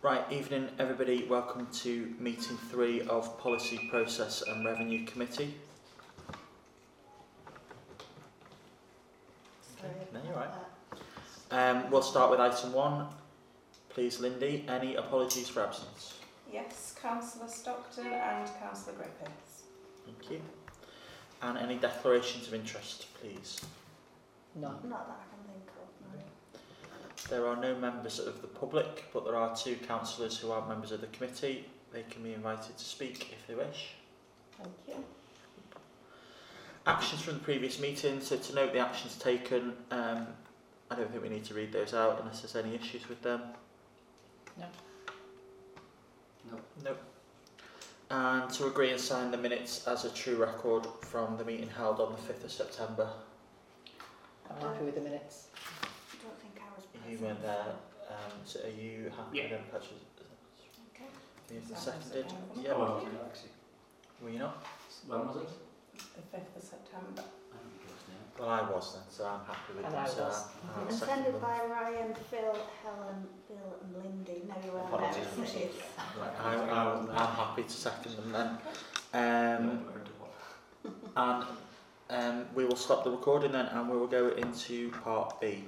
Right, evening everybody. Welcome to meeting three of Policy Process and Revenue Committee. Sorry No, about you're right. that. Um, we'll start with item one. Please, Lindy, any apologies for absence? Yes, councillor Stockton and councillor Griffiths. Thank you. And any declarations of interest, please? No. Not that I can think of, no. There are no members of the public, but there are two councillors who are members of the committee. They can be invited to speak if they wish. Thank you. Actions from the previous meeting, so to note the actions taken, um, I don't think we need to read those out unless there's any issues with them. No. No. Nope. And to agree and sign the minutes as a true record from the meeting held on the 5th of September. I'm happy with the minutes. I don't think I was You present. weren't there, um, so are you happy Yeah. with them, Patrick? Okay. Is it That was seconded? okay. Yeah, Well, actually, were you not? when was it? The fifth of September. I don't think it was now. Well, I was then, so I'm happy with And them, I so was. I- I'll second Attended them. by Ryan, Phil, Helen, Bill and Lindy. No, you weren't Apologies. there. Yes. Right, I, I, I'm happy to second them then. Um, No, I don't know. And um, we will stop the recording then and we will go into part B.